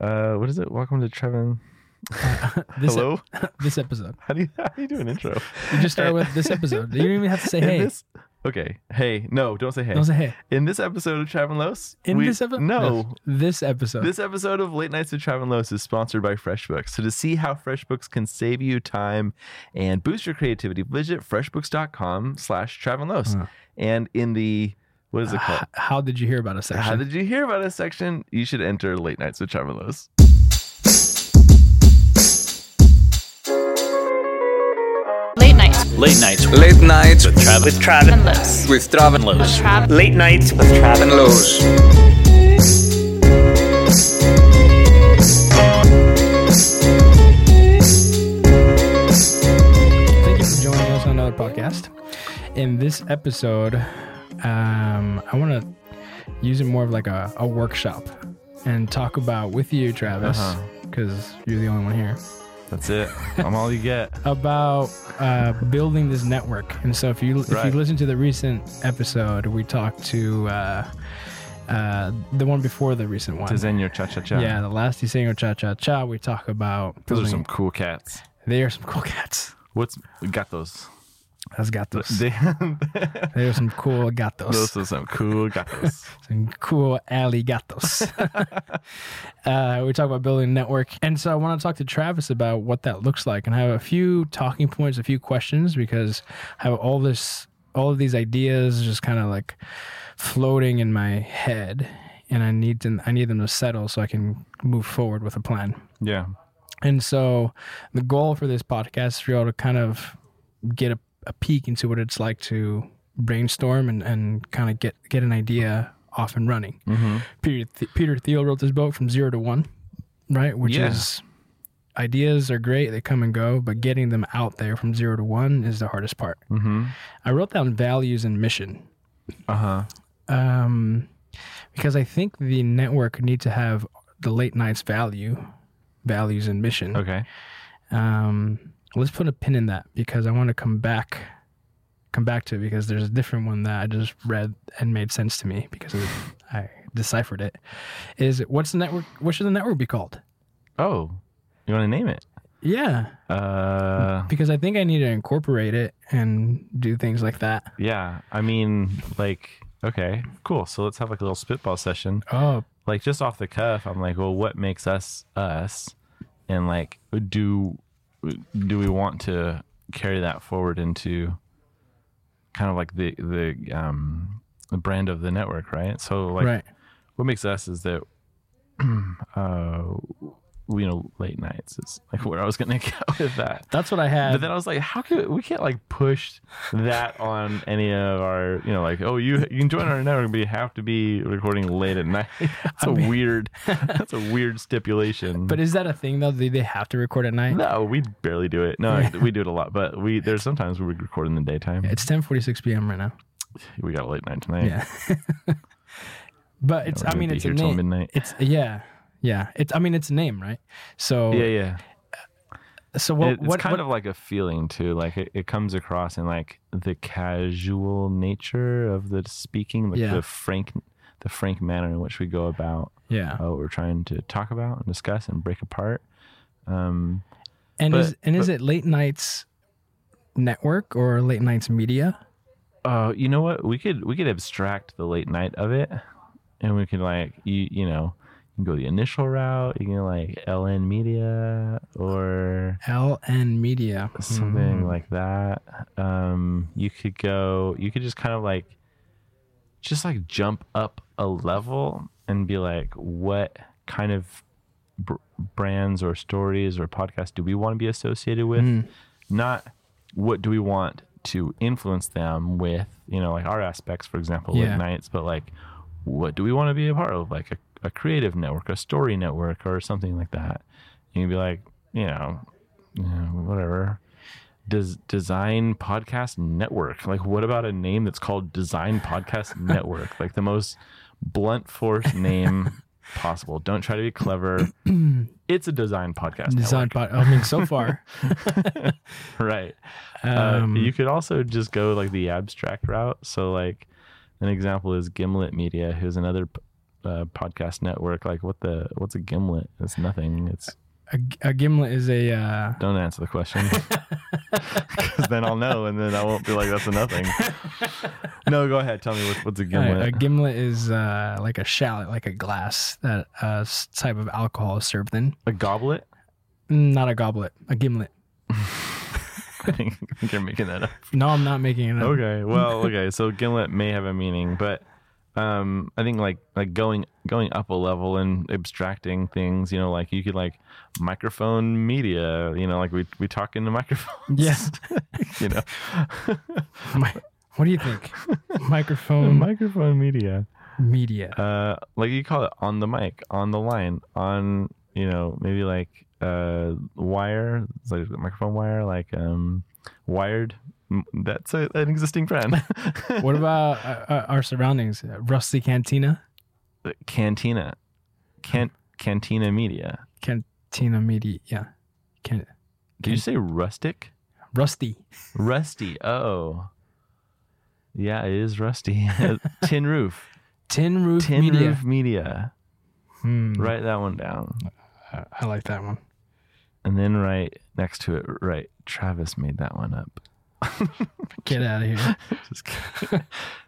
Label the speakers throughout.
Speaker 1: Uh, what is it? Welcome to Trevin.
Speaker 2: this
Speaker 1: Hello.
Speaker 2: this episode.
Speaker 1: How do you how do you do an intro?
Speaker 2: You just start with this episode. You don't even have to say
Speaker 1: In
Speaker 2: hey.
Speaker 1: this- okay. Hey. No. Don't say hey.
Speaker 2: Don't say hey.
Speaker 1: In this episode of Travin Los.
Speaker 2: In this episode.
Speaker 1: No.
Speaker 2: This episode.
Speaker 1: This episode of Late Nights with Travin Los is sponsored by FreshBooks. So to see how FreshBooks can save you time and boost your creativity, visit freshbooks.com slash Travin Los.
Speaker 2: Huh. Ah,
Speaker 1: And in the what is it called?
Speaker 2: H- How did you hear about us? Section.
Speaker 1: How did you hear about us section? You should enter Late Nights with Trevor Lewis.
Speaker 3: Late night
Speaker 4: Late nights with
Speaker 5: Late nights with
Speaker 4: Travis.
Speaker 6: with Trav and
Speaker 3: and lows.
Speaker 5: with Trav and Lowe's.
Speaker 3: Trav
Speaker 6: Late nights with Trav and
Speaker 5: And Lowe's.
Speaker 2: Thank you for joining us on another podcast. In this episode, um, I want to use it more of like a, a workshop and talk about with you, Travis,
Speaker 1: Uh-huh.
Speaker 2: because you're the only one here,
Speaker 1: That's it. I'm all you get.
Speaker 2: about uh, building this network. And so, if you if
Speaker 1: Right.
Speaker 2: you listen to the recent episode, we talked to uh, uh, the one before the recent one.
Speaker 1: Zenyo Cha Cha Cha.
Speaker 2: yeah, the last Disengo Cha Cha Cha. We talk about
Speaker 1: Those are
Speaker 2: building-
Speaker 1: some cool cats.
Speaker 2: They are some cool cats.
Speaker 1: What's gatos?
Speaker 2: That's gatos.
Speaker 1: They,
Speaker 2: They are some cool gatos.
Speaker 1: those are some cool gatos.
Speaker 2: some cool alligatos. uh, we talk about building a network. And so I want to talk to Travis about what that looks like and I have a few talking points, a few questions because I have all this all of these ideas just kind of like floating in my head and I need to I need them to settle so I can move forward with a plan.
Speaker 1: yeah.
Speaker 2: And so the goal for this podcast is for y'all to kind of get a, a peek into what it's like to brainstorm and, and kind of get, get an idea off and running.
Speaker 1: Mhm.
Speaker 2: Peter, Th- Peter Thiel wrote this book from zero to one, right? Which
Speaker 1: Yeah.
Speaker 2: is ideas are great. They come and go, but getting them out there from zero to one is the hardest part.
Speaker 1: Mm-hmm.
Speaker 2: I wrote down values and mission
Speaker 1: Uh huh.
Speaker 2: um, because I think the network need to have the late nights value, values and mission.
Speaker 1: Okay.
Speaker 2: Um, let's put a pin in that because I want to come back, come back to it because there's a different one that I just read and made sense to me because it, I deciphered it. Is what's the network? What should the network be called?
Speaker 1: Oh, you want to name it?
Speaker 2: Yeah,
Speaker 1: Uh,
Speaker 2: because I think I need to incorporate it and do things like that.
Speaker 1: yeah. I mean, like, okay, cool. So let's have like a little spitball session.
Speaker 2: Oh,
Speaker 1: Like, just off the cuff, I'm like, well, what makes us us? And like, do do we want to carry that forward into kind of like the the um the brand of the network, right? So like,
Speaker 2: right.
Speaker 1: what makes us is that uh you know late nights is like where i was gonna go with that
Speaker 2: That's what I had.
Speaker 1: but then i was like how could we can't like push that on any of our you know like oh you you can join our network but you have to be recording late at night that's a
Speaker 2: mean-
Speaker 1: weird that's a weird stipulation
Speaker 2: but is that a thing though? Do they have to record at night?
Speaker 1: no we barely do it no we do it a lot but we there's sometimes we would record in the daytime
Speaker 2: It's 10:46 p.m. right now.
Speaker 1: we got a late night tonight
Speaker 2: Yeah. but it's.
Speaker 1: we're
Speaker 2: I
Speaker 1: gonna
Speaker 2: mean,
Speaker 1: be
Speaker 2: it's a
Speaker 1: here till
Speaker 2: name.
Speaker 1: midnight.
Speaker 2: It's yeah, yeah. It's. I mean, it's a name, right? So
Speaker 1: yeah yeah
Speaker 2: So what?
Speaker 1: It- it's
Speaker 2: what
Speaker 1: kind
Speaker 2: what-
Speaker 1: of like a feeling too. Like it, it comes across in like the casual nature of the speaking, like
Speaker 2: Yeah.
Speaker 1: the frank, the frank manner in which we go about
Speaker 2: yeah.
Speaker 1: uh, what we're trying to talk about and discuss and break apart. Um,
Speaker 2: and
Speaker 1: but-
Speaker 2: is and is it late nights network or late nights media?
Speaker 1: uh, you know what? We could we could abstract the late night of it, and we could like you you know you can go the initial route. You can like LN Media or
Speaker 2: LN Media. Hmm. Mm.
Speaker 1: something like that. Um, you could go, you could just kind of like, just like jump up a level and be like, what kind of br- brands or stories or podcasts do we want to be associated with?
Speaker 2: Hmm.
Speaker 1: Not what do we want to influence them with, you know, like our aspects, for example,
Speaker 2: Yeah.
Speaker 1: late nights, but like, what do we want to be a part of? Like a, a creative network, a story network, or something like that. And you'd be like, you know, you know, whatever. Does Design Podcast Network? Like, what about a name that's called Design Podcast Network? Like the most blunt force name possible. Don't try to be clever. It's a design podcast.
Speaker 2: Design. Pod- I mean, so far.
Speaker 1: network, right? Uh,
Speaker 2: Um,
Speaker 1: you could also just go like the abstract route. So, like, an example is Gimlet Media, who's another p- uh, podcast network. Like, what the what's a gimlet? It's nothing. It's
Speaker 2: A, a gimlet is a uh,
Speaker 1: don't answer the question because then I'll know, and then I won't be like that's a nothing. No, go ahead. Tell me what, what's a
Speaker 2: a, a
Speaker 1: gimlet.
Speaker 2: gimlet is uh, like a shallot, like a glass that uh, s- type of alcohol is served in. Mm,
Speaker 1: A goblet.
Speaker 2: Not a goblet, a gimlet.
Speaker 1: I think, I think you're making that up.
Speaker 2: No, I'm not making it up.
Speaker 1: Okay. Well, okay. So gimlet may have a meaning, but um, I think like like going going up a level and abstracting things. You know, like you could like microphone media. You know, like we we talk into microphones.
Speaker 2: Yes.
Speaker 1: you know,
Speaker 2: Mi- what do you think? Microphone
Speaker 1: microphone media.
Speaker 2: media.
Speaker 1: Uh, like you call it on the mic, on the line, on you know maybe like uh wire, it's like microphone wire, like um wired. M- That's a, an existing brand.
Speaker 2: What about uh, uh, our surroundings? Rusty Cantina,
Speaker 1: Cantina, Can Cantina Media.
Speaker 2: Cantina Media. Yeah, Can-
Speaker 1: Did you say rustic?
Speaker 2: Rusty.
Speaker 1: Rusty. Oh, yeah, it is rusty. Tin roof.
Speaker 2: Tin Roof
Speaker 1: Tin
Speaker 2: Media.
Speaker 1: roof media.
Speaker 2: Hmm,
Speaker 1: Write that one down,
Speaker 2: I, I like that one.
Speaker 1: and then write next to it. Right, Travis made that one up.
Speaker 2: Get out of here.
Speaker 1: Just kidding.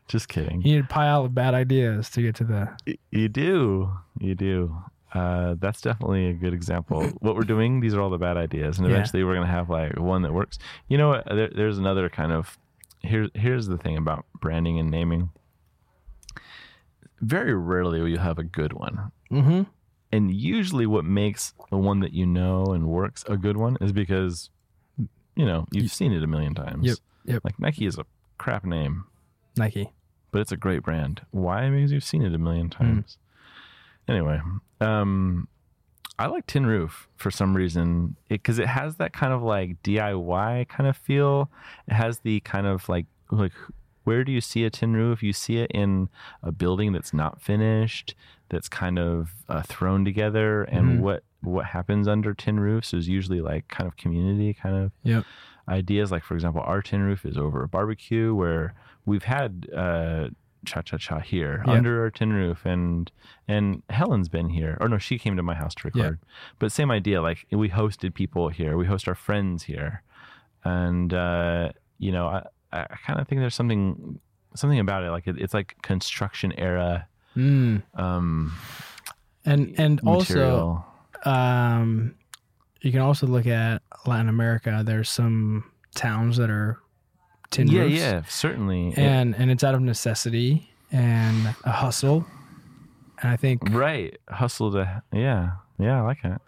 Speaker 1: Just kidding.
Speaker 2: You need a pile of bad ideas to get to the.
Speaker 1: Y- You do. You do. Uh, that's definitely a good example. What we're doing, these are all the bad ideas, and
Speaker 2: Yeah.
Speaker 1: eventually we're gonna have like one that works. You know what? There, there's another kind of. Here's here's the thing about branding and naming. Very rarely will you have a good one,
Speaker 2: Mm-hmm.
Speaker 1: and usually what makes the one that you know and works a good one is because, you know, you've seen it a million times.
Speaker 2: Yep, yep.
Speaker 1: Like Nike is a crap name
Speaker 2: Nike.
Speaker 1: but it's a great brand. Why? Because you've seen it a million times. Anyway, um, I like Tin Roof for some reason because it, has that kind of like DIY kind of feel. It has the kind of like like where do you see a tin roof? You see it in a building that's not finished, that's kind of uh, thrown together, and
Speaker 2: Mhm.
Speaker 1: what what happens under tin roofs is usually like kind of community kind of
Speaker 2: Yep.
Speaker 1: ideas. Like for example, our tin roof is over a barbecue where we've had uh, cha cha cha here
Speaker 2: Yeah.
Speaker 1: under our tin roof, and and Helen's been here. Or no, she came to my house to
Speaker 2: Yeah.
Speaker 1: record. But same idea. Like we hosted people here, we host our friends here, and uh, you know, I I kind of think there's something something about it. Like it, it's like construction era.
Speaker 2: Mm.
Speaker 1: Um,
Speaker 2: And and also,
Speaker 1: material.
Speaker 2: um, you can also look at Latin America. There's some towns that are tin
Speaker 1: yeah,
Speaker 2: roofs.
Speaker 1: yeah, certainly.
Speaker 2: and and it's out of necessity and a hustle. And I think
Speaker 1: It- right, hustle to yeah, yeah. I like it.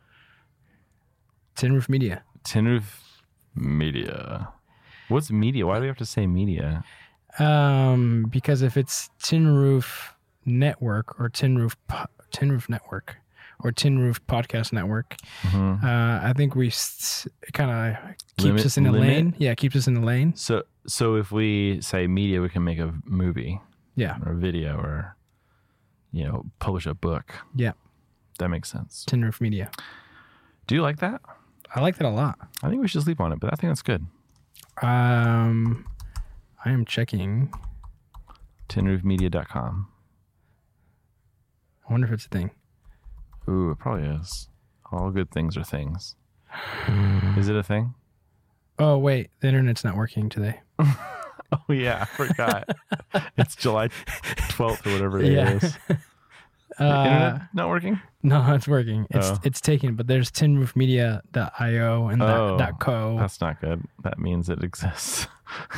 Speaker 2: Tin Roof Media.
Speaker 1: Tin Roof Media. What's media? Why do we have to say media?
Speaker 2: Um, because if it's Tin Roof Network or Tin Roof po- Tin Roof Network or Tin Roof Podcast Network,
Speaker 1: Mhm.
Speaker 2: uh, I think we s kind of keeps
Speaker 1: Limit-
Speaker 2: us in the
Speaker 1: limit?
Speaker 2: lane. Yeah, keeps us in the lane.
Speaker 1: So, so if we say media, we can make a movie
Speaker 2: Yeah,
Speaker 1: or a video or, you know, publish a book.
Speaker 2: Yeah.
Speaker 1: That makes sense.
Speaker 2: Tin Roof Media.
Speaker 1: Do you like that?
Speaker 2: I like that a lot.
Speaker 1: I think we should sleep on it, but I think that's good.
Speaker 2: Um, I am checking.
Speaker 1: Tinroofmedia.com.
Speaker 2: I wonder if it's a thing.
Speaker 1: Ooh, it probably is. All good things are things. Is it a thing?
Speaker 2: Oh wait, the internet's not working today.
Speaker 1: Oh, yeah. I forgot. it's July 12th or whatever it is.
Speaker 2: Yeah. Uh,
Speaker 1: Internet not working?
Speaker 2: No, it's working. It's
Speaker 1: Oh.
Speaker 2: it's taken, but there's tinroofmedia.io and
Speaker 1: Oh,
Speaker 2: dot .co.
Speaker 1: That's not good. That means it exists.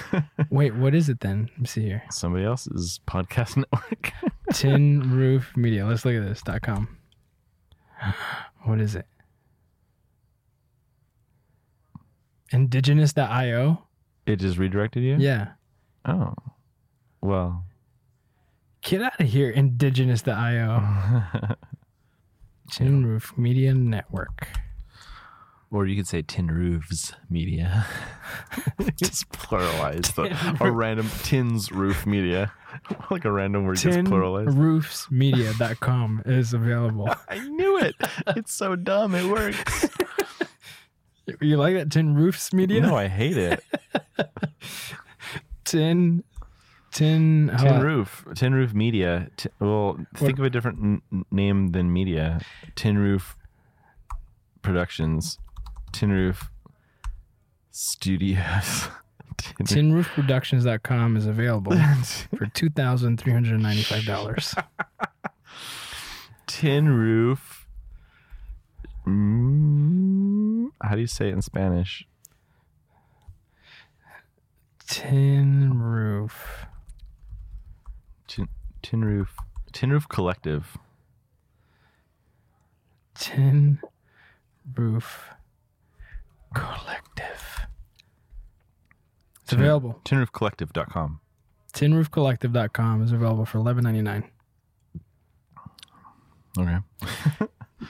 Speaker 2: Wait, what is it then? Let me see here.
Speaker 1: Somebody else's podcast network.
Speaker 2: Tin Roof Media. Let's look at this dot .com. What is it? Indigenous.io?
Speaker 1: it just redirected you?
Speaker 2: Yeah.
Speaker 1: Oh. Well.
Speaker 2: Get out of here, indigenous.io. Tin Roof Media Network.
Speaker 1: or you could say tin roofs media. just pluralize the, a random tins roof media. like a random word gets
Speaker 2: Tin
Speaker 1: pluralized.
Speaker 2: roofsmedia.com is available.
Speaker 1: I knew it. It's so dumb. It works.
Speaker 2: You like that? Tin Roofs Media?
Speaker 1: no, I hate it.
Speaker 2: tin Tin, hold
Speaker 1: Tin
Speaker 2: on.
Speaker 1: Roof, Tin Roof Media. T- well, think of a different n- n- name than media. Tin Roof Productions, Tin Roof Studios. Tin,
Speaker 2: tinroofproductions.com is available for $2,395.
Speaker 1: Tin Roof. Mm, how do you say it in Spanish?
Speaker 2: Tin Roof.
Speaker 1: Tin, tin Roof. Tin Roof Collective.
Speaker 2: Tin Roof Collective. It's available.
Speaker 1: Tinroofcollective.com.
Speaker 2: Tinroofcollective.com is available for $11.99.
Speaker 1: Okay.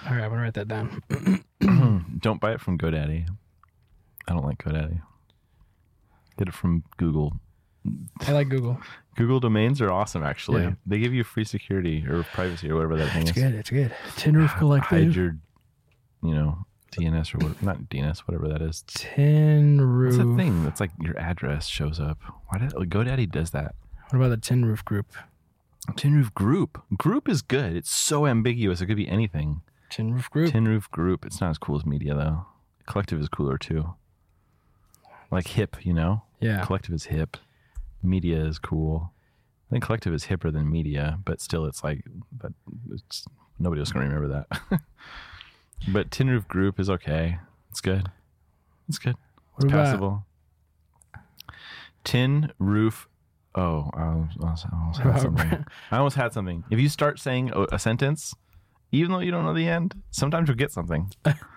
Speaker 2: All right, I'm going to write that down.
Speaker 1: Don't buy it from GoDaddy. I don't like GoDaddy. Get it from Google.
Speaker 2: I like Google.
Speaker 1: Google domains are awesome, actually.
Speaker 2: Yeah.
Speaker 1: They give you free security or privacy or whatever that thing
Speaker 2: It's
Speaker 1: is.
Speaker 2: good. It's good. Tin Roof
Speaker 1: Hide
Speaker 2: Collective.
Speaker 1: your, you know, DNS or what, not DNS, whatever that is.
Speaker 2: Tin
Speaker 1: It's a
Speaker 2: Roof.
Speaker 1: thing that's like your address shows up. Why did GoDaddy does that?
Speaker 2: What about the Tin Roof Group?
Speaker 1: Tin Roof Group. Group is good. It's so ambiguous. It could be anything.
Speaker 2: Tin Roof Group.
Speaker 1: Tin Roof Group. It's not as cool as media though. Collective is cooler too. Like hip, you know.
Speaker 2: yeah.
Speaker 1: Collective is hip. Media is cool. I think collective is hipper than media, but still, it's like, but it's, nobody else gonna remember that. but Tin Roof Group is okay. It's good. It's good. It's
Speaker 2: What about-
Speaker 1: passable. Tin Roof. Oh, I almost, I almost- I almost had
Speaker 2: Wow.
Speaker 1: something. I almost had something. If you start saying a- a sentence, even though you don't know the end, sometimes you'll get something.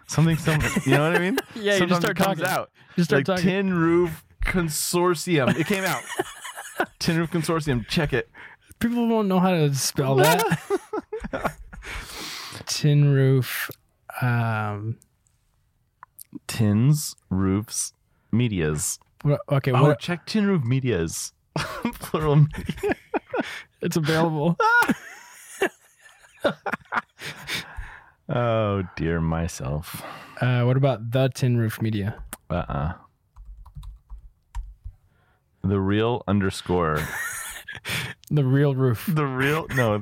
Speaker 1: Something, something. You know what I mean?
Speaker 2: Yeah, you just
Speaker 1: sometimes
Speaker 2: start
Speaker 1: it comes
Speaker 2: talking.
Speaker 1: out
Speaker 2: Just
Speaker 1: like
Speaker 2: start talking.
Speaker 1: Tin Roof Consortium. It came out. Tin Roof Consortium. Check it.
Speaker 2: People won't know how to spell that. tin roof. Um,
Speaker 1: Tins Roofs Medias.
Speaker 2: what- okay,
Speaker 1: Oh,
Speaker 2: what,
Speaker 1: check Tin Roof Medias. Plural. media.
Speaker 2: it's available.
Speaker 1: Oh dear, myself.
Speaker 2: Uh, what about the Tin Roof Media?
Speaker 1: Uh uh The real underscore.
Speaker 2: The real roof.
Speaker 1: The real no.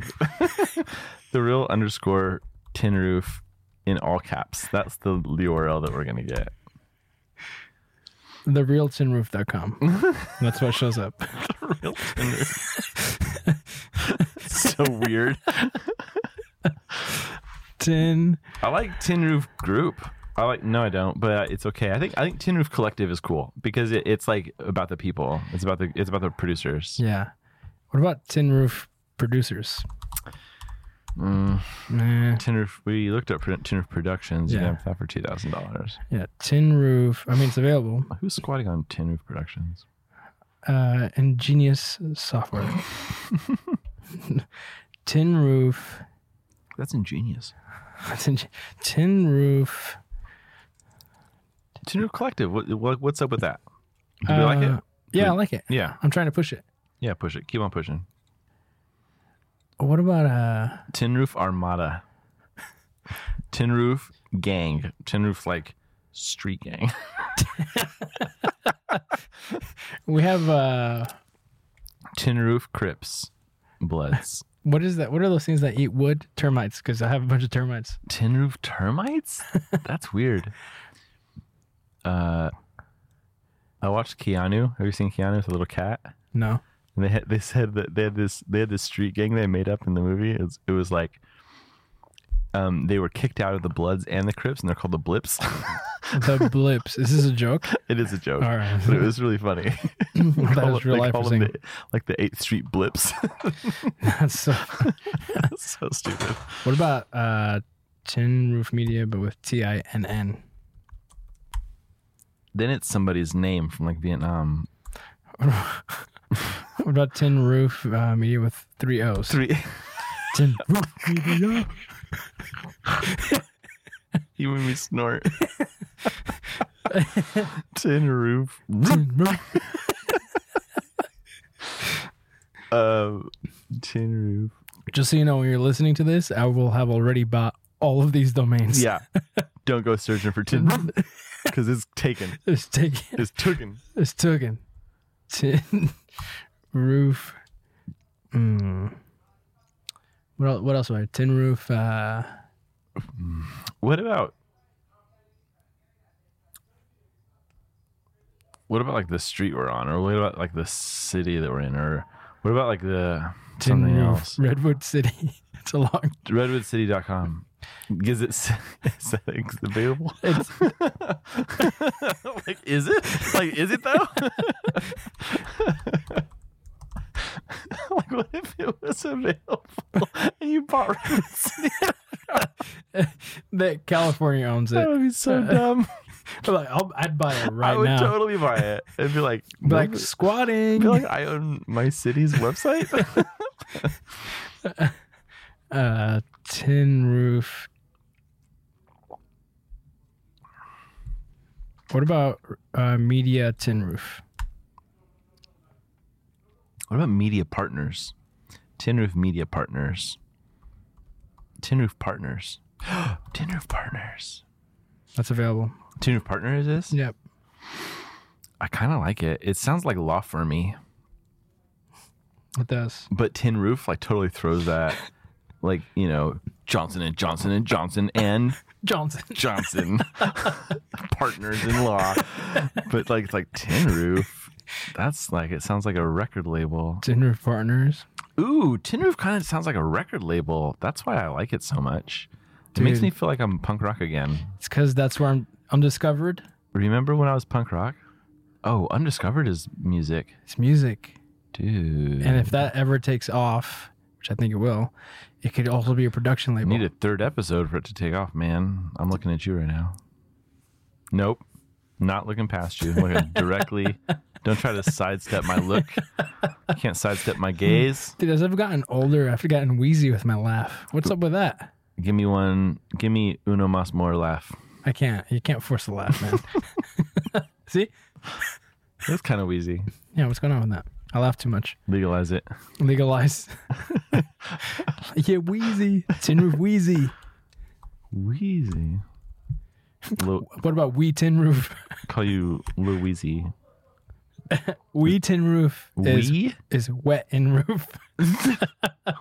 Speaker 1: the real underscore tin roof in all caps. That's the URL that we're gonna get.
Speaker 2: The real tinroof.com. That's what shows up.
Speaker 1: real Tinder. so weird.
Speaker 2: Tin.
Speaker 1: I like Tin Roof Group. I like no, I don't, but uh, it's okay. I think I think Tin Roof Collective is cool because it, it's like about the people. It's about the it's about the producers.
Speaker 2: Yeah. What about Tin Roof Producers?
Speaker 1: Mm.
Speaker 2: Nah.
Speaker 1: Tin Roof. We looked up Pro- Tin Roof Productions. You
Speaker 2: Yeah.
Speaker 1: can have that for two thousand dollars.
Speaker 2: Yeah. Tin Roof. I mean, it's available.
Speaker 1: Who's squatting on Tin Roof Productions?
Speaker 2: Uh, ingenious software. tin Roof.
Speaker 1: That's ingenious.
Speaker 2: Tin Roof.
Speaker 1: Tin Roof Collective. What, what what's up with that? Do we like
Speaker 2: Uh,
Speaker 1: it?
Speaker 2: Yeah, I like it.
Speaker 1: Yeah,
Speaker 2: I'm trying to push it.
Speaker 1: yeah. Push it. Keep on pushing.
Speaker 2: What about uh
Speaker 1: Tin Roof Armada. Tin Roof Gang. Tin Roof like street gang.
Speaker 2: we have uh
Speaker 1: Tin Roof Crips Bloods.
Speaker 2: what is that? What are those things that eat wood? Termites, because I have a bunch of termites.
Speaker 1: Tin Roof Termites? That's weird. Uh I watched Keanu. Have you seen Keanu with a little cat?
Speaker 2: No.
Speaker 1: And they had, they said that they had this they had this street gang they made up in the movie. It was, it was like um, they were kicked out of the Bloods and the Crips, and they're called the Blips.
Speaker 2: The blips. Is this a joke?
Speaker 1: it is a joke,
Speaker 2: All right.
Speaker 1: but it was really funny.
Speaker 2: I thought it
Speaker 1: Call
Speaker 2: was
Speaker 1: it-
Speaker 2: real
Speaker 1: they
Speaker 2: life
Speaker 1: call
Speaker 2: was
Speaker 1: them
Speaker 2: saying,
Speaker 1: the, like the Eighth Street Blips.
Speaker 2: That's so-
Speaker 1: so stupid.
Speaker 2: What about uh Tin Roof Media but with T I N N?
Speaker 1: Then it's somebody's name from like Vietnam.
Speaker 2: What about Tin Roof uh, Media with three O's?
Speaker 1: Three.
Speaker 2: Tin Roof Media.
Speaker 1: You made me snort. Tin roof.
Speaker 2: Tin Roof.
Speaker 1: Uh, tin roof.
Speaker 2: Just so you know, when you're listening to this, I will have already bought all of these domains.
Speaker 1: Yeah. Don't go searching for tin roof because it's taken.
Speaker 2: It's taken.
Speaker 1: It's taken.
Speaker 2: It's taken. Tin roof. Mm. What else? What else? am I- Tin roof. Uh,
Speaker 1: What about what about like the street we're on, or what about like the city that we're in, or what about like the
Speaker 2: tin
Speaker 1: something
Speaker 2: roof.
Speaker 1: else?
Speaker 2: Redwood City. it's a long.
Speaker 1: Redwoodcity.com. Is it s- is that ex- available?
Speaker 2: It's,
Speaker 1: like, is it? Like, is it though? like, what if it was available and you bought Redwood City?
Speaker 2: that California owns it.
Speaker 1: That would be so dumb.
Speaker 2: Like, I'll, I'd buy it right
Speaker 1: I would
Speaker 2: now.
Speaker 1: totally buy it and be like,
Speaker 2: Be like
Speaker 1: "Nope."
Speaker 2: squatting.
Speaker 1: feel like I own my city's website.
Speaker 2: uh, tin roof. What about uh, media tin roof?
Speaker 1: what about media partners? Tin Roof Media Partners. Tin Roof Partners. Tin Roof Partners.
Speaker 2: That's available.
Speaker 1: Tin Roof Partners is?
Speaker 2: Yep.
Speaker 1: I kind of like it. It sounds like law firmy,
Speaker 2: It does.
Speaker 1: but Tin Roof like totally throws that, like you know Johnson and Johnson and Johnson and
Speaker 2: Johnson.
Speaker 1: Johnson partners in law, but like it's like Tin Roof. That's like it sounds like a record label.
Speaker 2: Tin roof partners.
Speaker 1: Ooh, Tin Roof kind of sounds like a record label. That's why I like it so much. It makes
Speaker 2: Dude.
Speaker 1: me feel like I'm punk rock again.
Speaker 2: It's because that's where I'm I'm discovered.
Speaker 1: Remember when I was punk rock? Oh, Undiscovered is music.
Speaker 2: It's music,
Speaker 1: Dude.
Speaker 2: and if that ever takes off, which I think it will, it could also be a production
Speaker 1: I
Speaker 2: label.
Speaker 1: need a third episode for it to take off, man. I'm looking at you right now. Nope. Not looking past you. I'm looking directly. Don't try to sidestep my look. You can't sidestep my gaze.
Speaker 2: Dude, as I've gotten older, I've gotten wheezy with my laugh. What's up with that?
Speaker 1: Give me one. Give me uno mas more laugh.
Speaker 2: I can't. You can't force the laugh, man. See?
Speaker 1: That's kind of wheezy.
Speaker 2: Yeah, what's going on with that? I laugh too much.
Speaker 1: Legalize it.
Speaker 2: Legalize. yeah, wheezy. Tin roof wheezy.
Speaker 1: Wheezy. Lo-
Speaker 2: What about we tin roof?
Speaker 1: call you Louisy.
Speaker 2: We tin roof is
Speaker 1: We?
Speaker 2: is wet in roof.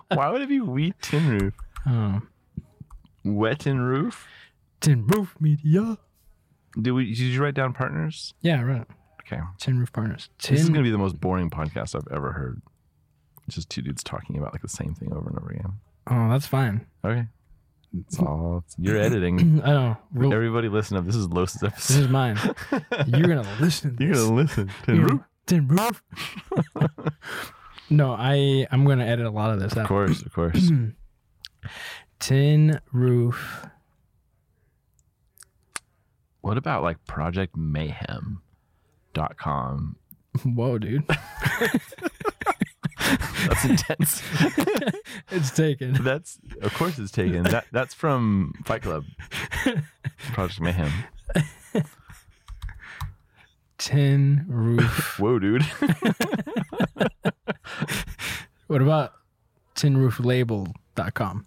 Speaker 1: Why would it be we tin roof?
Speaker 2: Oh.
Speaker 1: Wet tin roof?
Speaker 2: Tin roof media.
Speaker 1: Did we? Did you write down partners?
Speaker 2: Yeah, right.
Speaker 1: Okay.
Speaker 2: Tin roof partners. Tin
Speaker 1: This is gonna be the most boring podcast I've ever heard. It's just two dudes talking about like the same thing over and over again.
Speaker 2: Oh, that's fine.
Speaker 1: Okay. It's all it's- you're editing.
Speaker 2: I know. We'll-
Speaker 1: Everybody listen up. This is Los's
Speaker 2: this
Speaker 1: episode.
Speaker 2: is mine. You're gonna listen. To
Speaker 1: You're
Speaker 2: this.
Speaker 1: gonna listen. Tin
Speaker 2: You're
Speaker 1: roof.
Speaker 2: gonna- Tin roof. no, I I'm gonna edit a lot of this
Speaker 1: Of
Speaker 2: out.
Speaker 1: course, of course.
Speaker 2: Tin roof.
Speaker 1: what about like Project Mayhem? dot com.
Speaker 2: Whoa, dude.
Speaker 1: That's intense.
Speaker 2: It's taken.
Speaker 1: that's of course it's taken. That that's from Fight Club. Project Mayhem.
Speaker 2: Tin roof.
Speaker 1: Whoa, dude.
Speaker 2: What about tinrooflabel.com?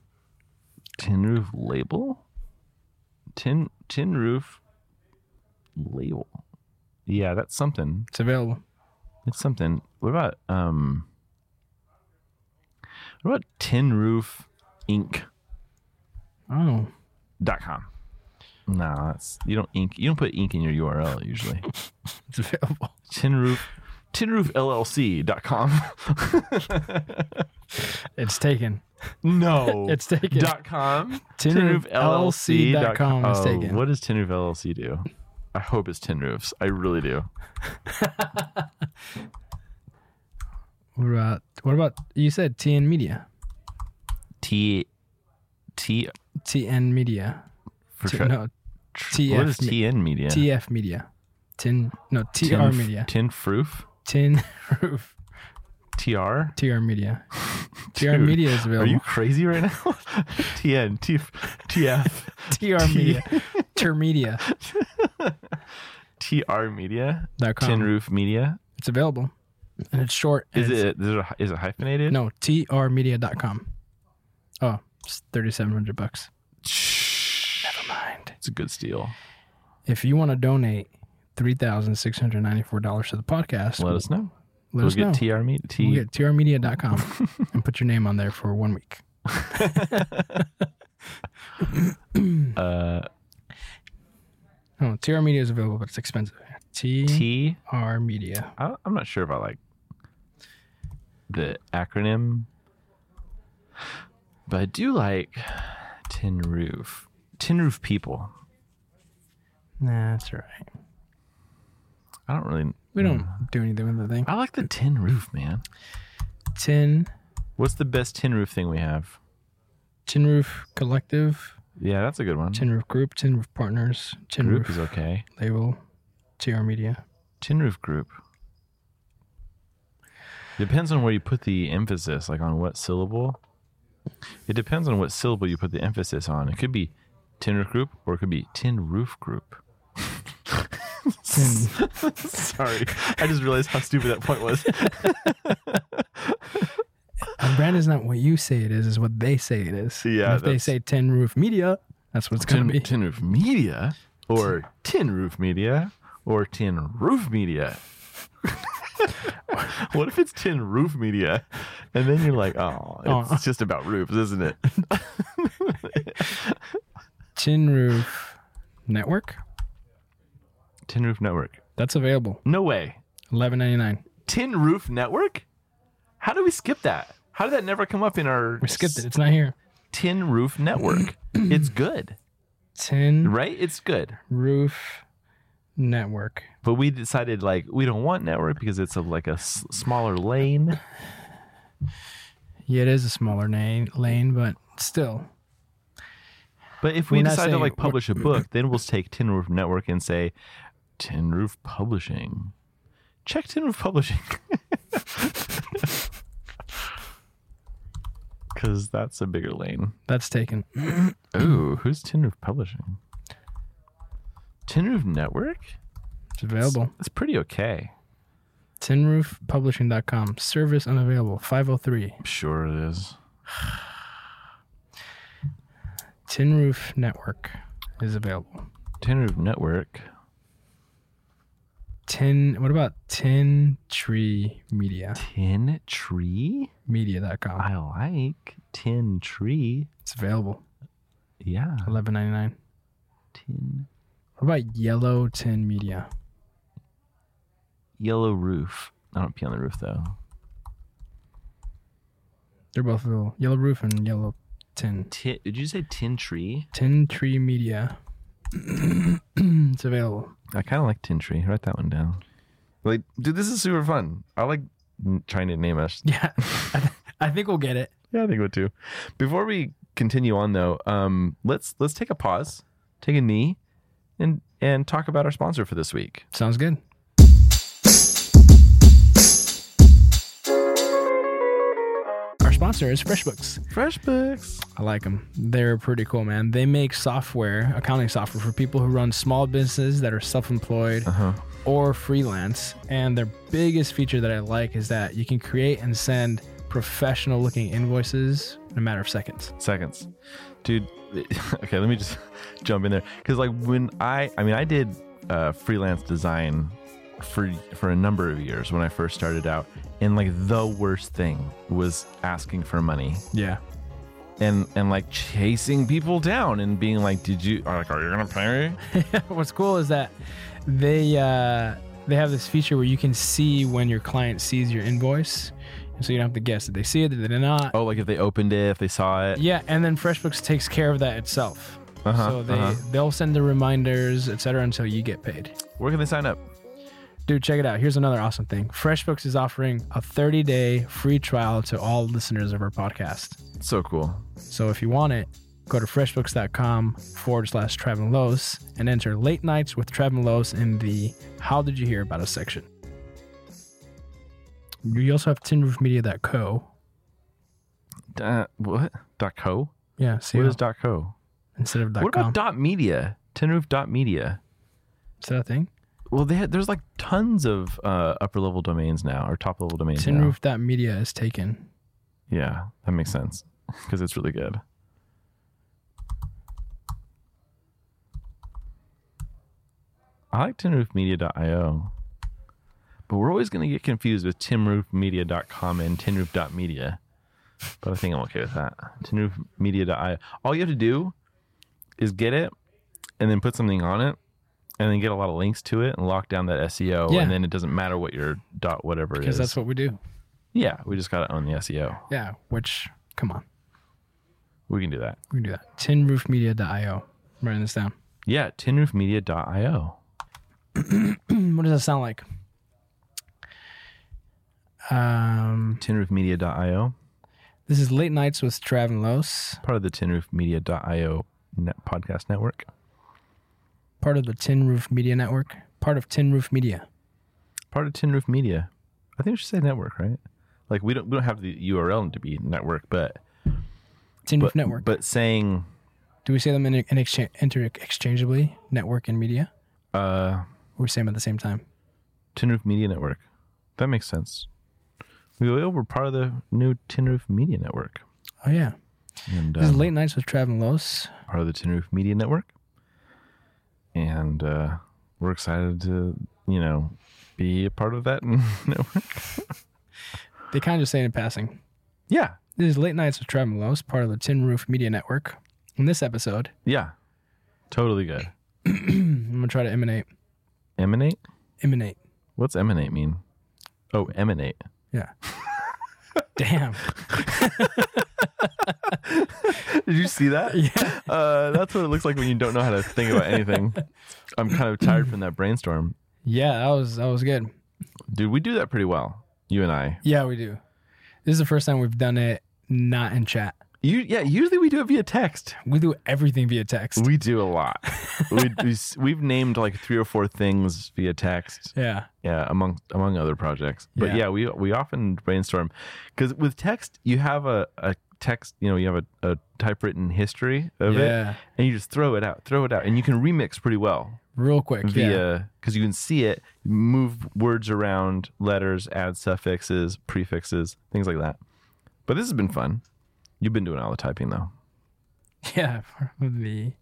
Speaker 1: tin roof label tin tin roof label yeah that's something
Speaker 2: It's available.
Speaker 1: it's something what about um what about tin roof inc
Speaker 2: Oh,
Speaker 1: dot com no that's you don't ink you don't put ink in your url usually
Speaker 2: it's available.
Speaker 1: tin roof tin roof llc dot com
Speaker 2: It's taken.
Speaker 1: no
Speaker 2: It's taken.
Speaker 1: dot com
Speaker 2: Tin Roof LLC dot com is
Speaker 1: Oh,
Speaker 2: taken.
Speaker 1: What does Tin Roof LLC do? I hope it's Tin Roofs. I really do.
Speaker 2: What about what about you said TN Media?
Speaker 1: T T
Speaker 2: TN Media.
Speaker 1: for
Speaker 2: T-
Speaker 1: tra-
Speaker 2: no,
Speaker 1: tr-
Speaker 2: TF
Speaker 1: what is TN media?
Speaker 2: TF Media. Tin no TR
Speaker 1: Tin f-
Speaker 2: E Media.
Speaker 1: Tin Roof
Speaker 2: Tin Roof.
Speaker 1: TR.
Speaker 2: TR Media. TR
Speaker 1: Dude,
Speaker 2: Media is
Speaker 1: Are you
Speaker 2: available.
Speaker 1: crazy right now? TN T TF
Speaker 2: TR Media. Termedia.com.
Speaker 1: TR Media Tin Roof Media.
Speaker 2: It's available. And it's short. and
Speaker 1: Is
Speaker 2: it's-
Speaker 1: it is it, a, is it hyphenated?
Speaker 2: No, trmedia.com. Oh, it's 3700 bucks.
Speaker 1: Shh.
Speaker 2: Never mind.
Speaker 1: It's a good steal.
Speaker 2: If you want to donate $3,694 to the podcast,
Speaker 1: Let us know.
Speaker 2: let
Speaker 1: We'll
Speaker 2: us know.
Speaker 1: get TR meet T.
Speaker 2: we'll get trmedia.com and put your name on there for one week.
Speaker 1: uh,
Speaker 2: Oh, TR Media is available, but it's expensive. TR
Speaker 1: T.
Speaker 2: Media.
Speaker 1: I, I'm not sure if I like the acronym, but I do like Tin Roof. Tin Roof people.
Speaker 2: Nah, that's all right.
Speaker 1: I don't really.
Speaker 2: We don't do anything with the thing.
Speaker 1: I like the tin roof, man.
Speaker 2: Tin
Speaker 1: What's the best tin roof thing we have?
Speaker 2: Tin Roof Collective,
Speaker 1: Yeah, that's a good one.
Speaker 2: Tin Roof Group, Tin Roof Partners, Tin
Speaker 1: group
Speaker 2: Roof
Speaker 1: is okay.
Speaker 2: Label, TR Media.
Speaker 1: Tin roof group. Depends on where you put the emphasis, like on what syllable. It depends on what syllable you put the emphasis on. It could be tin roof group or it could be tin roof group.
Speaker 2: Tin,
Speaker 1: Sorry. I just realized how stupid that point was.
Speaker 2: a brand is not what you say it is, is what they say it is. And
Speaker 1: Yeah,
Speaker 2: if they
Speaker 1: that's-
Speaker 2: say Tin Roof Media, that's what it's going
Speaker 1: tin,
Speaker 2: to be.
Speaker 1: tin roof media or tin roof media or tin roof media what if it's tin roof media and then you're like oh it's
Speaker 2: Aw.
Speaker 1: just about roofs isn't it
Speaker 2: Tin Roof Network.
Speaker 1: tin roof network
Speaker 2: That's available.
Speaker 1: no way
Speaker 2: Eleven ninety nine.
Speaker 1: tin roof network how did we skip that how did that never come up in our
Speaker 2: We skipped it. It's not here.
Speaker 1: tin roof network it's good
Speaker 2: Tin
Speaker 1: right it's good
Speaker 2: Roof Network.
Speaker 1: but we decided like we don't want network because it's a, like a s- smaller lane
Speaker 2: Yeah, it is a smaller name, lane, but still.
Speaker 1: But if we
Speaker 2: We're not
Speaker 1: decide to
Speaker 2: saying-
Speaker 1: like publish a book, then we'll take Tin Roof Network and say Tin Roof Publishing. Check Tin Roof Publishing. Cause that's a bigger lane.
Speaker 2: That's taken.
Speaker 1: Ooh, who's Tin Roof Publishing? Tin Roof Network?
Speaker 2: It's available.
Speaker 1: That's pretty okay.
Speaker 2: Tinroofpublishing.com. Service unavailable. 503.
Speaker 1: I'm sure it is.
Speaker 2: Tin Roof Network is available.
Speaker 1: Tin Roof Network.
Speaker 2: Tin, what about Tin Tree Media?
Speaker 1: Tin Tree?
Speaker 2: Media.com.
Speaker 1: I like Tin Tree.
Speaker 2: It's available.
Speaker 1: Yeah.
Speaker 2: 11.99.
Speaker 1: Tin
Speaker 2: What about Yellow Tin Media?
Speaker 1: Yellow Roof. I don't pee on the roof though.
Speaker 2: They're both available. Yellow Roof and Yellow Tin.
Speaker 1: Tin, did you say tin tree?
Speaker 2: Tin Tree Media. it's available.
Speaker 1: I kind of like tin tree. Write that one down. Like, dude, this is super fun. I like n- trying to name us.
Speaker 2: Yeah. I, th- I think we'll get it.
Speaker 1: Yeah, I think we too. Before we continue on though, um, let's let's take a pause, take a knee, and and talk about our sponsor for this week.
Speaker 2: Sounds good. Our sponsor is FreshBooks.
Speaker 1: FreshBooks.
Speaker 2: I like them. They're pretty cool, man. They make software, accounting software for people who run small businesses that are self-employed or freelance. And their biggest feature that I like is that you can create and send professional-looking invoices in a matter of seconds.
Speaker 1: seconds dude okay let me just jump in there because like when i i mean i did uh, freelance design for for a number of years when i first started out and like the worst thing was asking for money
Speaker 2: Yeah.
Speaker 1: and and like chasing people down and being like did you are like are you gonna pay me
Speaker 2: What's cool is that they uh, they have this feature where you can see when your client sees your invoice, and so you don't have to guess. Did they see it? Did they not?
Speaker 1: oh like if they opened it if they saw it
Speaker 2: Yeah, and then FreshBooks takes care of that itself.
Speaker 1: Uh-huh,
Speaker 2: so they
Speaker 1: uh-huh.
Speaker 2: they'll send the reminders, etc., until you get paid.
Speaker 1: where can they sign up
Speaker 2: Dude, check it out. Here's another awesome thing. FreshBooks is offering a 30-day free trial to all listeners of our podcast.
Speaker 1: so cool
Speaker 2: So if you want it, go to freshbooks.com forward slash Travin Los and enter late nights with Travin Los in the How Did You Hear About Us section. You also have tinroofmedia.co.
Speaker 1: uh, what dot co
Speaker 2: Yeah, see
Speaker 1: what is dot co
Speaker 2: instead of dot
Speaker 1: what
Speaker 2: com.
Speaker 1: about dot media tinroof dot media
Speaker 2: is that a thing?
Speaker 1: Well, they had, there's like tons of uh, upper level domains now or top level domains. now.
Speaker 2: Tinroof.media is taken.
Speaker 1: Yeah, that makes sense because it's really good. I like tinroofmedia.io, but we're always going to get confused with timroofmedia.com and tinroof.media. But I think I'm okay with that. Tinroofmedia.io. All you have to do is get it and then put something on it and then get a lot of links to it and lock down that SEO.
Speaker 2: Yeah.
Speaker 1: And then it doesn't matter what your dot whatever it is.
Speaker 2: because that's what we do.
Speaker 1: yeah, we just got to own the SEO.
Speaker 2: Yeah, which come on,
Speaker 1: We can do that.
Speaker 2: we can do that. Tinroofmedia.io. I'm writing this down.
Speaker 1: Yeah, tinroofmedia.io.
Speaker 2: what does that sound like? Um,
Speaker 1: Tinroofmedia.io.
Speaker 2: this is late nights with Trav and Los,
Speaker 1: Part of the tinroofmedia.io net podcast network.
Speaker 2: part of the Tin Roof Media Network, part of Tin Roof Media.
Speaker 1: part of Tin Roof Media. I think we should say network, right? Like we don't we don't have the URL to be network, but
Speaker 2: Tin Roof
Speaker 1: but,
Speaker 2: Network.
Speaker 1: but saying
Speaker 2: do we say them in, in exchange, interchangeably, network and media?
Speaker 1: uh
Speaker 2: Or we say them at the same time?
Speaker 1: Tin Roof Media Network. That makes sense. We go, "Oh, we're part of the new Tin Roof Media Network.
Speaker 2: Oh, yeah.
Speaker 1: And
Speaker 2: This is
Speaker 1: um,
Speaker 2: late nights with Trav and Los.
Speaker 1: part of the Tin Roof Media Network. And uh we're excited to, you know, be a part of that network.
Speaker 2: They kind of just say it in passing.
Speaker 1: Yeah.
Speaker 2: This is Late Nights with Trav Malos, part of the Tin Roof Media Network. In this episode,
Speaker 1: Yeah. Totally good.
Speaker 2: I'm gonna try to emanate,
Speaker 1: Emanate?
Speaker 2: emanate.
Speaker 1: What's emanate mean? Oh, emanate.
Speaker 2: Yeah. Damn.
Speaker 1: Did you see that?
Speaker 2: Yeah.
Speaker 1: Uh, that's what it looks like when you don't know how to think about anything. I'm kind of tired from that brainstorm.
Speaker 2: Yeah, that was that was good.
Speaker 1: Dude, we do that pretty well, you and I.
Speaker 2: Yeah, we do. This is the first time we've done it not in chat.
Speaker 1: You, yeah, usually we do it via text.
Speaker 2: We do everything via text.
Speaker 1: We do a lot. we, we s- we've named like three or four things via text.
Speaker 2: yeah.
Speaker 1: Yeah, among among other projects. But
Speaker 2: Yeah.
Speaker 1: yeah, we we often brainstorm because with text you have a, a text. You know, you have a, a typewritten history of it,
Speaker 2: Yeah.
Speaker 1: and you just throw it out, throw it out, and you can remix pretty well.
Speaker 2: Real quick. yeah.
Speaker 1: via because you can see it move words around letters add suffixes prefixes things like that but this has been fun you've been doing all the typing though
Speaker 2: Yeah. for The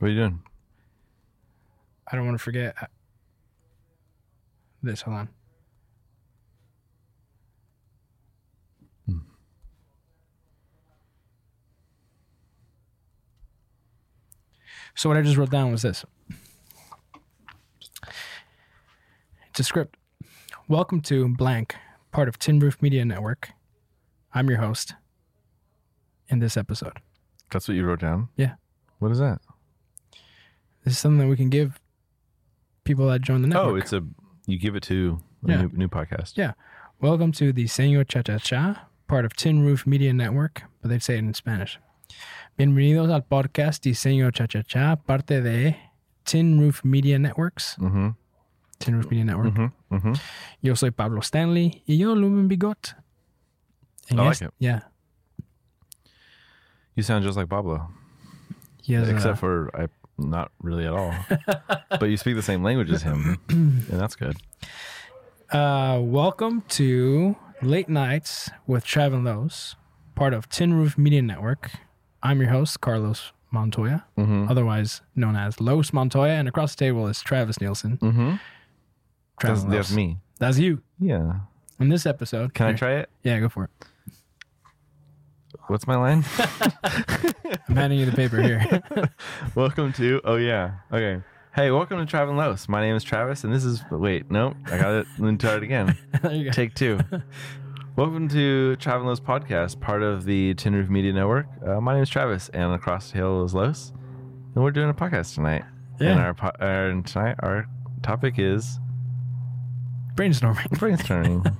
Speaker 1: what are you doing
Speaker 2: I don't want to forget uh, this. Hold on. Hmm. So what I just wrote down was this. It's a script. Welcome to blank, part of Tin Roof Media Network. I'm your host. In this episode,
Speaker 1: that's what you wrote down
Speaker 2: Yeah.
Speaker 1: what is that
Speaker 2: this is something that we can give people that join the network.
Speaker 1: oh it's a you give it to a
Speaker 2: Yeah.
Speaker 1: new, new podcast
Speaker 2: Yeah. Welcome to the Senor Cha Cha Cha, part of Tin Roof Media Network, but they say it in Spanish. Bienvenidos al podcast Diseño Cha Cha Cha, parte de Tin Roof Media Networks.
Speaker 1: mm-hmm
Speaker 2: Tin Roof Media Network.
Speaker 1: mm-hmm mm-hmm
Speaker 2: Yo soy Pablo Stanley y yo Lumen Bigot. And
Speaker 1: I
Speaker 2: yes-
Speaker 1: like it.
Speaker 2: Yeah.
Speaker 1: you sound just like pablo
Speaker 2: He has,
Speaker 1: except
Speaker 2: Except
Speaker 1: for i not really at all but you speak the same language as him and that's good
Speaker 2: for- uh, welcome to Late Nights with Trav and Lowe's, part of Tin Roof Media Network. I'm your host, Carlos Montoya.
Speaker 1: mm-hmm
Speaker 2: otherwise known as Los Montoya, and across the table is Travis Nielsen.
Speaker 1: mm-hmm
Speaker 2: Travis
Speaker 1: that's, that's
Speaker 2: Los.
Speaker 1: me
Speaker 2: That's you.
Speaker 1: yeah
Speaker 2: In this episode,
Speaker 1: can i
Speaker 2: Here.
Speaker 1: try it
Speaker 2: Yeah, go for it.
Speaker 1: what's my line
Speaker 2: I'm handing you the paper here.
Speaker 1: Welcome to. Oh yeah. Okay. Hey, welcome to Traveling Los. My name is Travis, and this is. Wait, no, I got it. Let me try it again.
Speaker 2: there you go.
Speaker 1: Take two. Welcome to Traveling Los podcast, part of the Tin Roof Media Network. Uh, my name is Travis, and across the hill is Los, and we're doing a podcast tonight. And
Speaker 2: yeah,
Speaker 1: our, po- our and tonight our topic is
Speaker 2: brainstorming,
Speaker 1: brainstorming.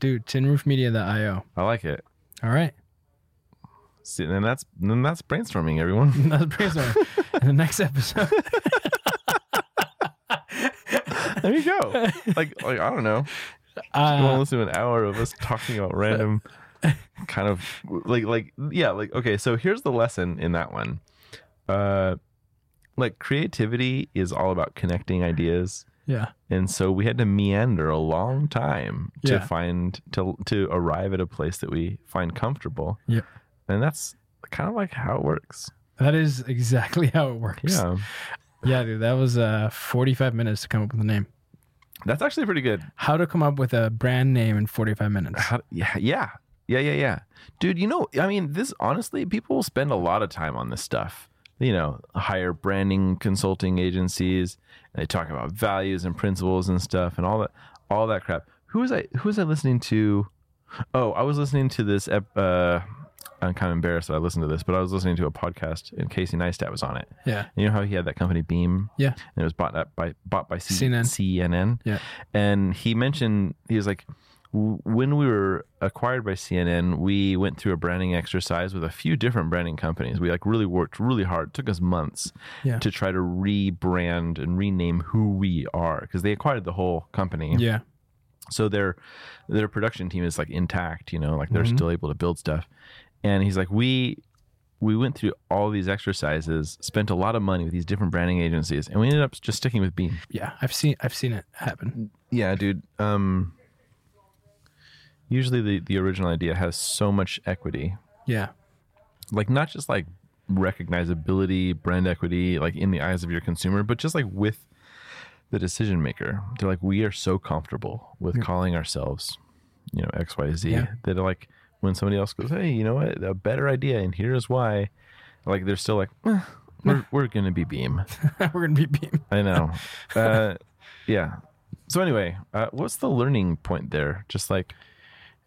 Speaker 2: dude. Tinroofmedia.io.
Speaker 1: I like it.
Speaker 2: All right,
Speaker 1: See, and that's and that's brainstorming, everyone.
Speaker 2: that's brainstorming. In the next episode,
Speaker 1: There you go. Like like I don't know. You want to
Speaker 2: uh,
Speaker 1: listen to an hour of us talking about random kind of like like yeah like okay so here's the lesson in that one uh like creativity is all about connecting ideas
Speaker 2: yeah,
Speaker 1: and so we had to meander a long time to
Speaker 2: Yeah.
Speaker 1: find to to arrive at a place that we find comfortable
Speaker 2: Yep.
Speaker 1: and that's kind of like how it works
Speaker 2: that is exactly how it works.
Speaker 1: yeah
Speaker 2: Yeah, dude, that was uh, 45 minutes to come up with a name.
Speaker 1: That's actually pretty good.
Speaker 2: How to come up with a brand name in 45 minutes.
Speaker 1: How, yeah, yeah, yeah, yeah, yeah, dude. You know, I mean, this honestly, people spend a lot of time on this stuff. You know, hire branding consulting agencies, and they talk about values and principles and stuff, and all that, all that crap. Who was I? Who was I listening to? Oh, I was listening to this. ep- Uh, I'm kind of embarrassed that I listened to this, but I was listening to a podcast, and Casey Neistat was on it.
Speaker 2: Yeah.
Speaker 1: You know how he had that company Beam?
Speaker 2: Yeah.
Speaker 1: And it was bought up by bought by C-
Speaker 2: CNN.
Speaker 1: CNN.
Speaker 2: Yeah.
Speaker 1: And he mentioned he was like, "W- when we were acquired by CNN, we went through a branding exercise with a few different branding companies. We like really worked really hard. It took us months
Speaker 2: Yeah.
Speaker 1: to try to rebrand and rename who we are because they acquired the whole company
Speaker 2: Yeah.
Speaker 1: so their their production team is like intact you know like they're still able to build stuff and he's like we we went through all these exercises spent a lot of money with these different branding agencies and we ended up just sticking with beam
Speaker 2: Yeah. I've seen I've seen it happen.
Speaker 1: yeah dude um usually the the original idea has so much equity
Speaker 2: Yeah.
Speaker 1: like not just like recognizability brand equity like in the eyes of your consumer but just like with the decision maker they're like we are so comfortable with calling ourselves you know xyz
Speaker 2: Yeah.
Speaker 1: that like when somebody else goes hey you know what a better idea and here's why like they're still like "Eh, we're, we're gonna be beam
Speaker 2: We're going to be beam.
Speaker 1: i know uh, yeah so anyway uh, what's the learning point there just like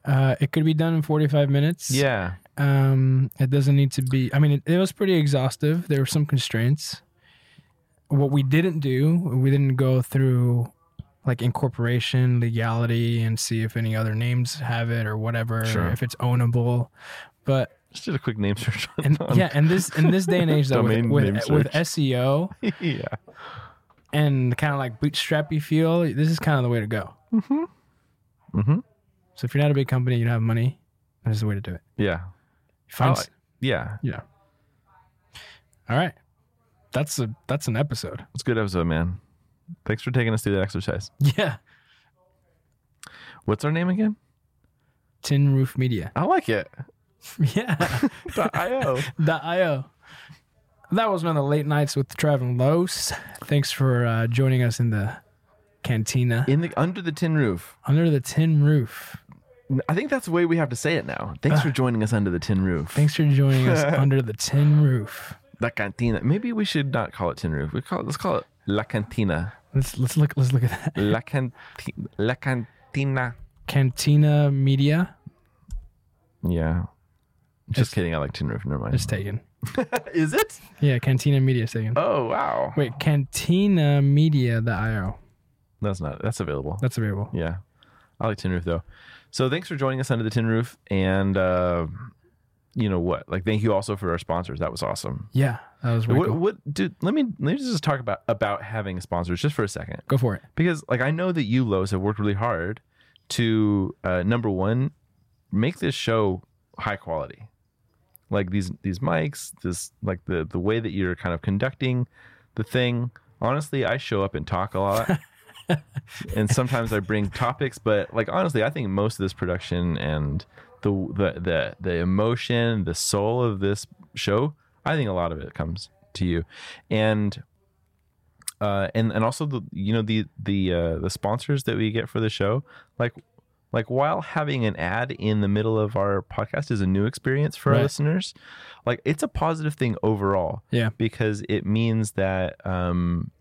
Speaker 2: Uh, it could be done in 45 minutes.
Speaker 1: yeah
Speaker 2: Um, it doesn't need to be. I mean, it, it was pretty exhaustive. There were some constraints. What we didn't do, we didn't go through like incorporation, legality, and see if any other names have it or whatever,
Speaker 1: Sure.
Speaker 2: if it's ownable. But
Speaker 1: just did a quick name search on,
Speaker 2: and
Speaker 1: on-
Speaker 2: yeah, and this in this day and age though, with
Speaker 1: Domain
Speaker 2: with,
Speaker 1: name
Speaker 2: with
Speaker 1: search.
Speaker 2: SEO
Speaker 1: yeah
Speaker 2: and kind of like bootstrappy feel, this is kind of the way to go.
Speaker 1: mm-hmm.
Speaker 2: So if you're not a big company, you don't have money, this is the way to do it.
Speaker 1: yeah
Speaker 2: Find,
Speaker 1: like- yeah
Speaker 2: yeah. All right, that's a that's an episode.
Speaker 1: It's a good episode, man. Thanks for taking us through that exercise.
Speaker 2: Yeah.
Speaker 1: What's our name again?
Speaker 2: Tin Roof Media.
Speaker 1: I like it.
Speaker 2: Yeah.
Speaker 1: .io.
Speaker 2: the IO. That was one of the late nights with Traveling Los. Thanks for uh, joining us in the cantina
Speaker 1: In the under the tin roof.
Speaker 2: under the tin roof.
Speaker 1: I think that's the way we have to say it now. Thanks for joining us under the tin roof.
Speaker 2: Thanks for joining us under the tin roof.
Speaker 1: La cantina. Maybe we should not call it tin roof. We call it, let's call it la cantina.
Speaker 2: Let's let's look let's look at that.
Speaker 1: La cantina. La cantina.
Speaker 2: Cantina Media
Speaker 1: Yeah. Just kidding. I like tin roof. Never mind.
Speaker 2: is taken.
Speaker 1: Is it?
Speaker 2: Yeah, Cantina Media is taken.
Speaker 1: Oh wow.
Speaker 2: Wait, Cantina Media the IO.
Speaker 1: That's not. That's available.
Speaker 2: That's available.
Speaker 1: Yeah. I like Tin Roof though. So thanks for joining us under the Tin Roof. And uh, you know what? Like thank you also for our sponsors. That was awesome.
Speaker 2: Yeah, that was really
Speaker 1: What,
Speaker 2: cool.
Speaker 1: what dude, let me let me just talk about about having sponsors just for a second.
Speaker 2: Go for it.
Speaker 1: Because like I know that you Lowe's have worked really hard to uh, number one, make this show high quality. Like these these mics, this like the the way that you're kind of conducting the thing. Honestly, I show up and talk a lot. and sometimes I bring topics, but like honestly, I think most of this production and the the the the emotion, the soul of this show, I think a lot of it comes to you. And uh, and and also the you know the the uh, the sponsors that we get for the show like like while having an ad in the middle of our podcast is a new experience for
Speaker 2: Right.
Speaker 1: our listeners like it's a positive thing overall
Speaker 2: Yeah.
Speaker 1: because it means that um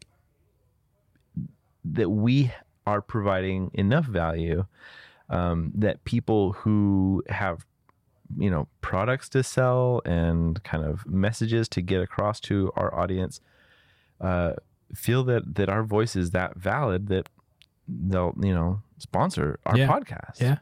Speaker 1: that we are providing enough value um that people who have you know products to sell and kind of messages to get across to our audience uh feel that that our voice is that valid that they'll you know sponsor our
Speaker 2: Yeah.
Speaker 1: podcast
Speaker 2: Yeah.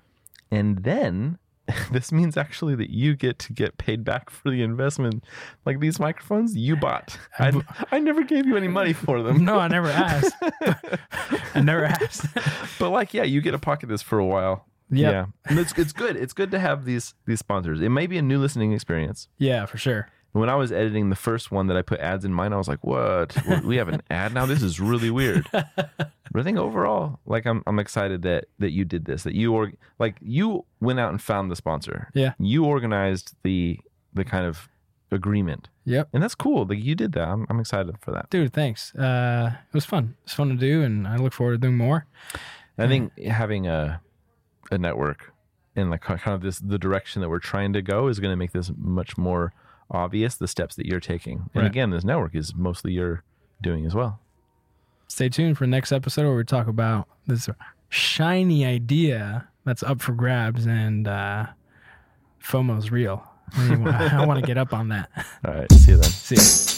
Speaker 1: and then this means actually that you get to get paid back for the investment like these microphones you bought i, I never gave you any money for them
Speaker 2: No, I never asked. I never asked.
Speaker 1: but like yeah you get to pocket this for a while
Speaker 2: Yep.
Speaker 1: yeah And it's, it's good it's good to have these these sponsors it may be a new listening experience
Speaker 2: Yeah, for sure.
Speaker 1: when I was editing the first one that I put ads in mine, I was like, "What? What, We have an ad now? This is really weird." but I think overall, like, I'm I'm excited that that you did this. That you or like you went out and found the sponsor.
Speaker 2: Yeah.
Speaker 1: You organized the the kind of agreement.
Speaker 2: Yep.
Speaker 1: And that's cool. Like you did that. I'm, I'm excited for that.
Speaker 2: Dude, thanks. Uh, it was fun. It's fun to do, and I look forward to doing more.
Speaker 1: I think having a a network and like kind of this the direction that we're trying to go is going to make this much more obvious the steps that you're taking. And
Speaker 2: Right.
Speaker 1: again, this network is mostly you're doing as well.
Speaker 2: Stay tuned for the next episode where we talk about this shiny idea that's up for grabs, and uh, FOMO's real. I want to get up on that.
Speaker 1: All right. See you then.
Speaker 2: See ya.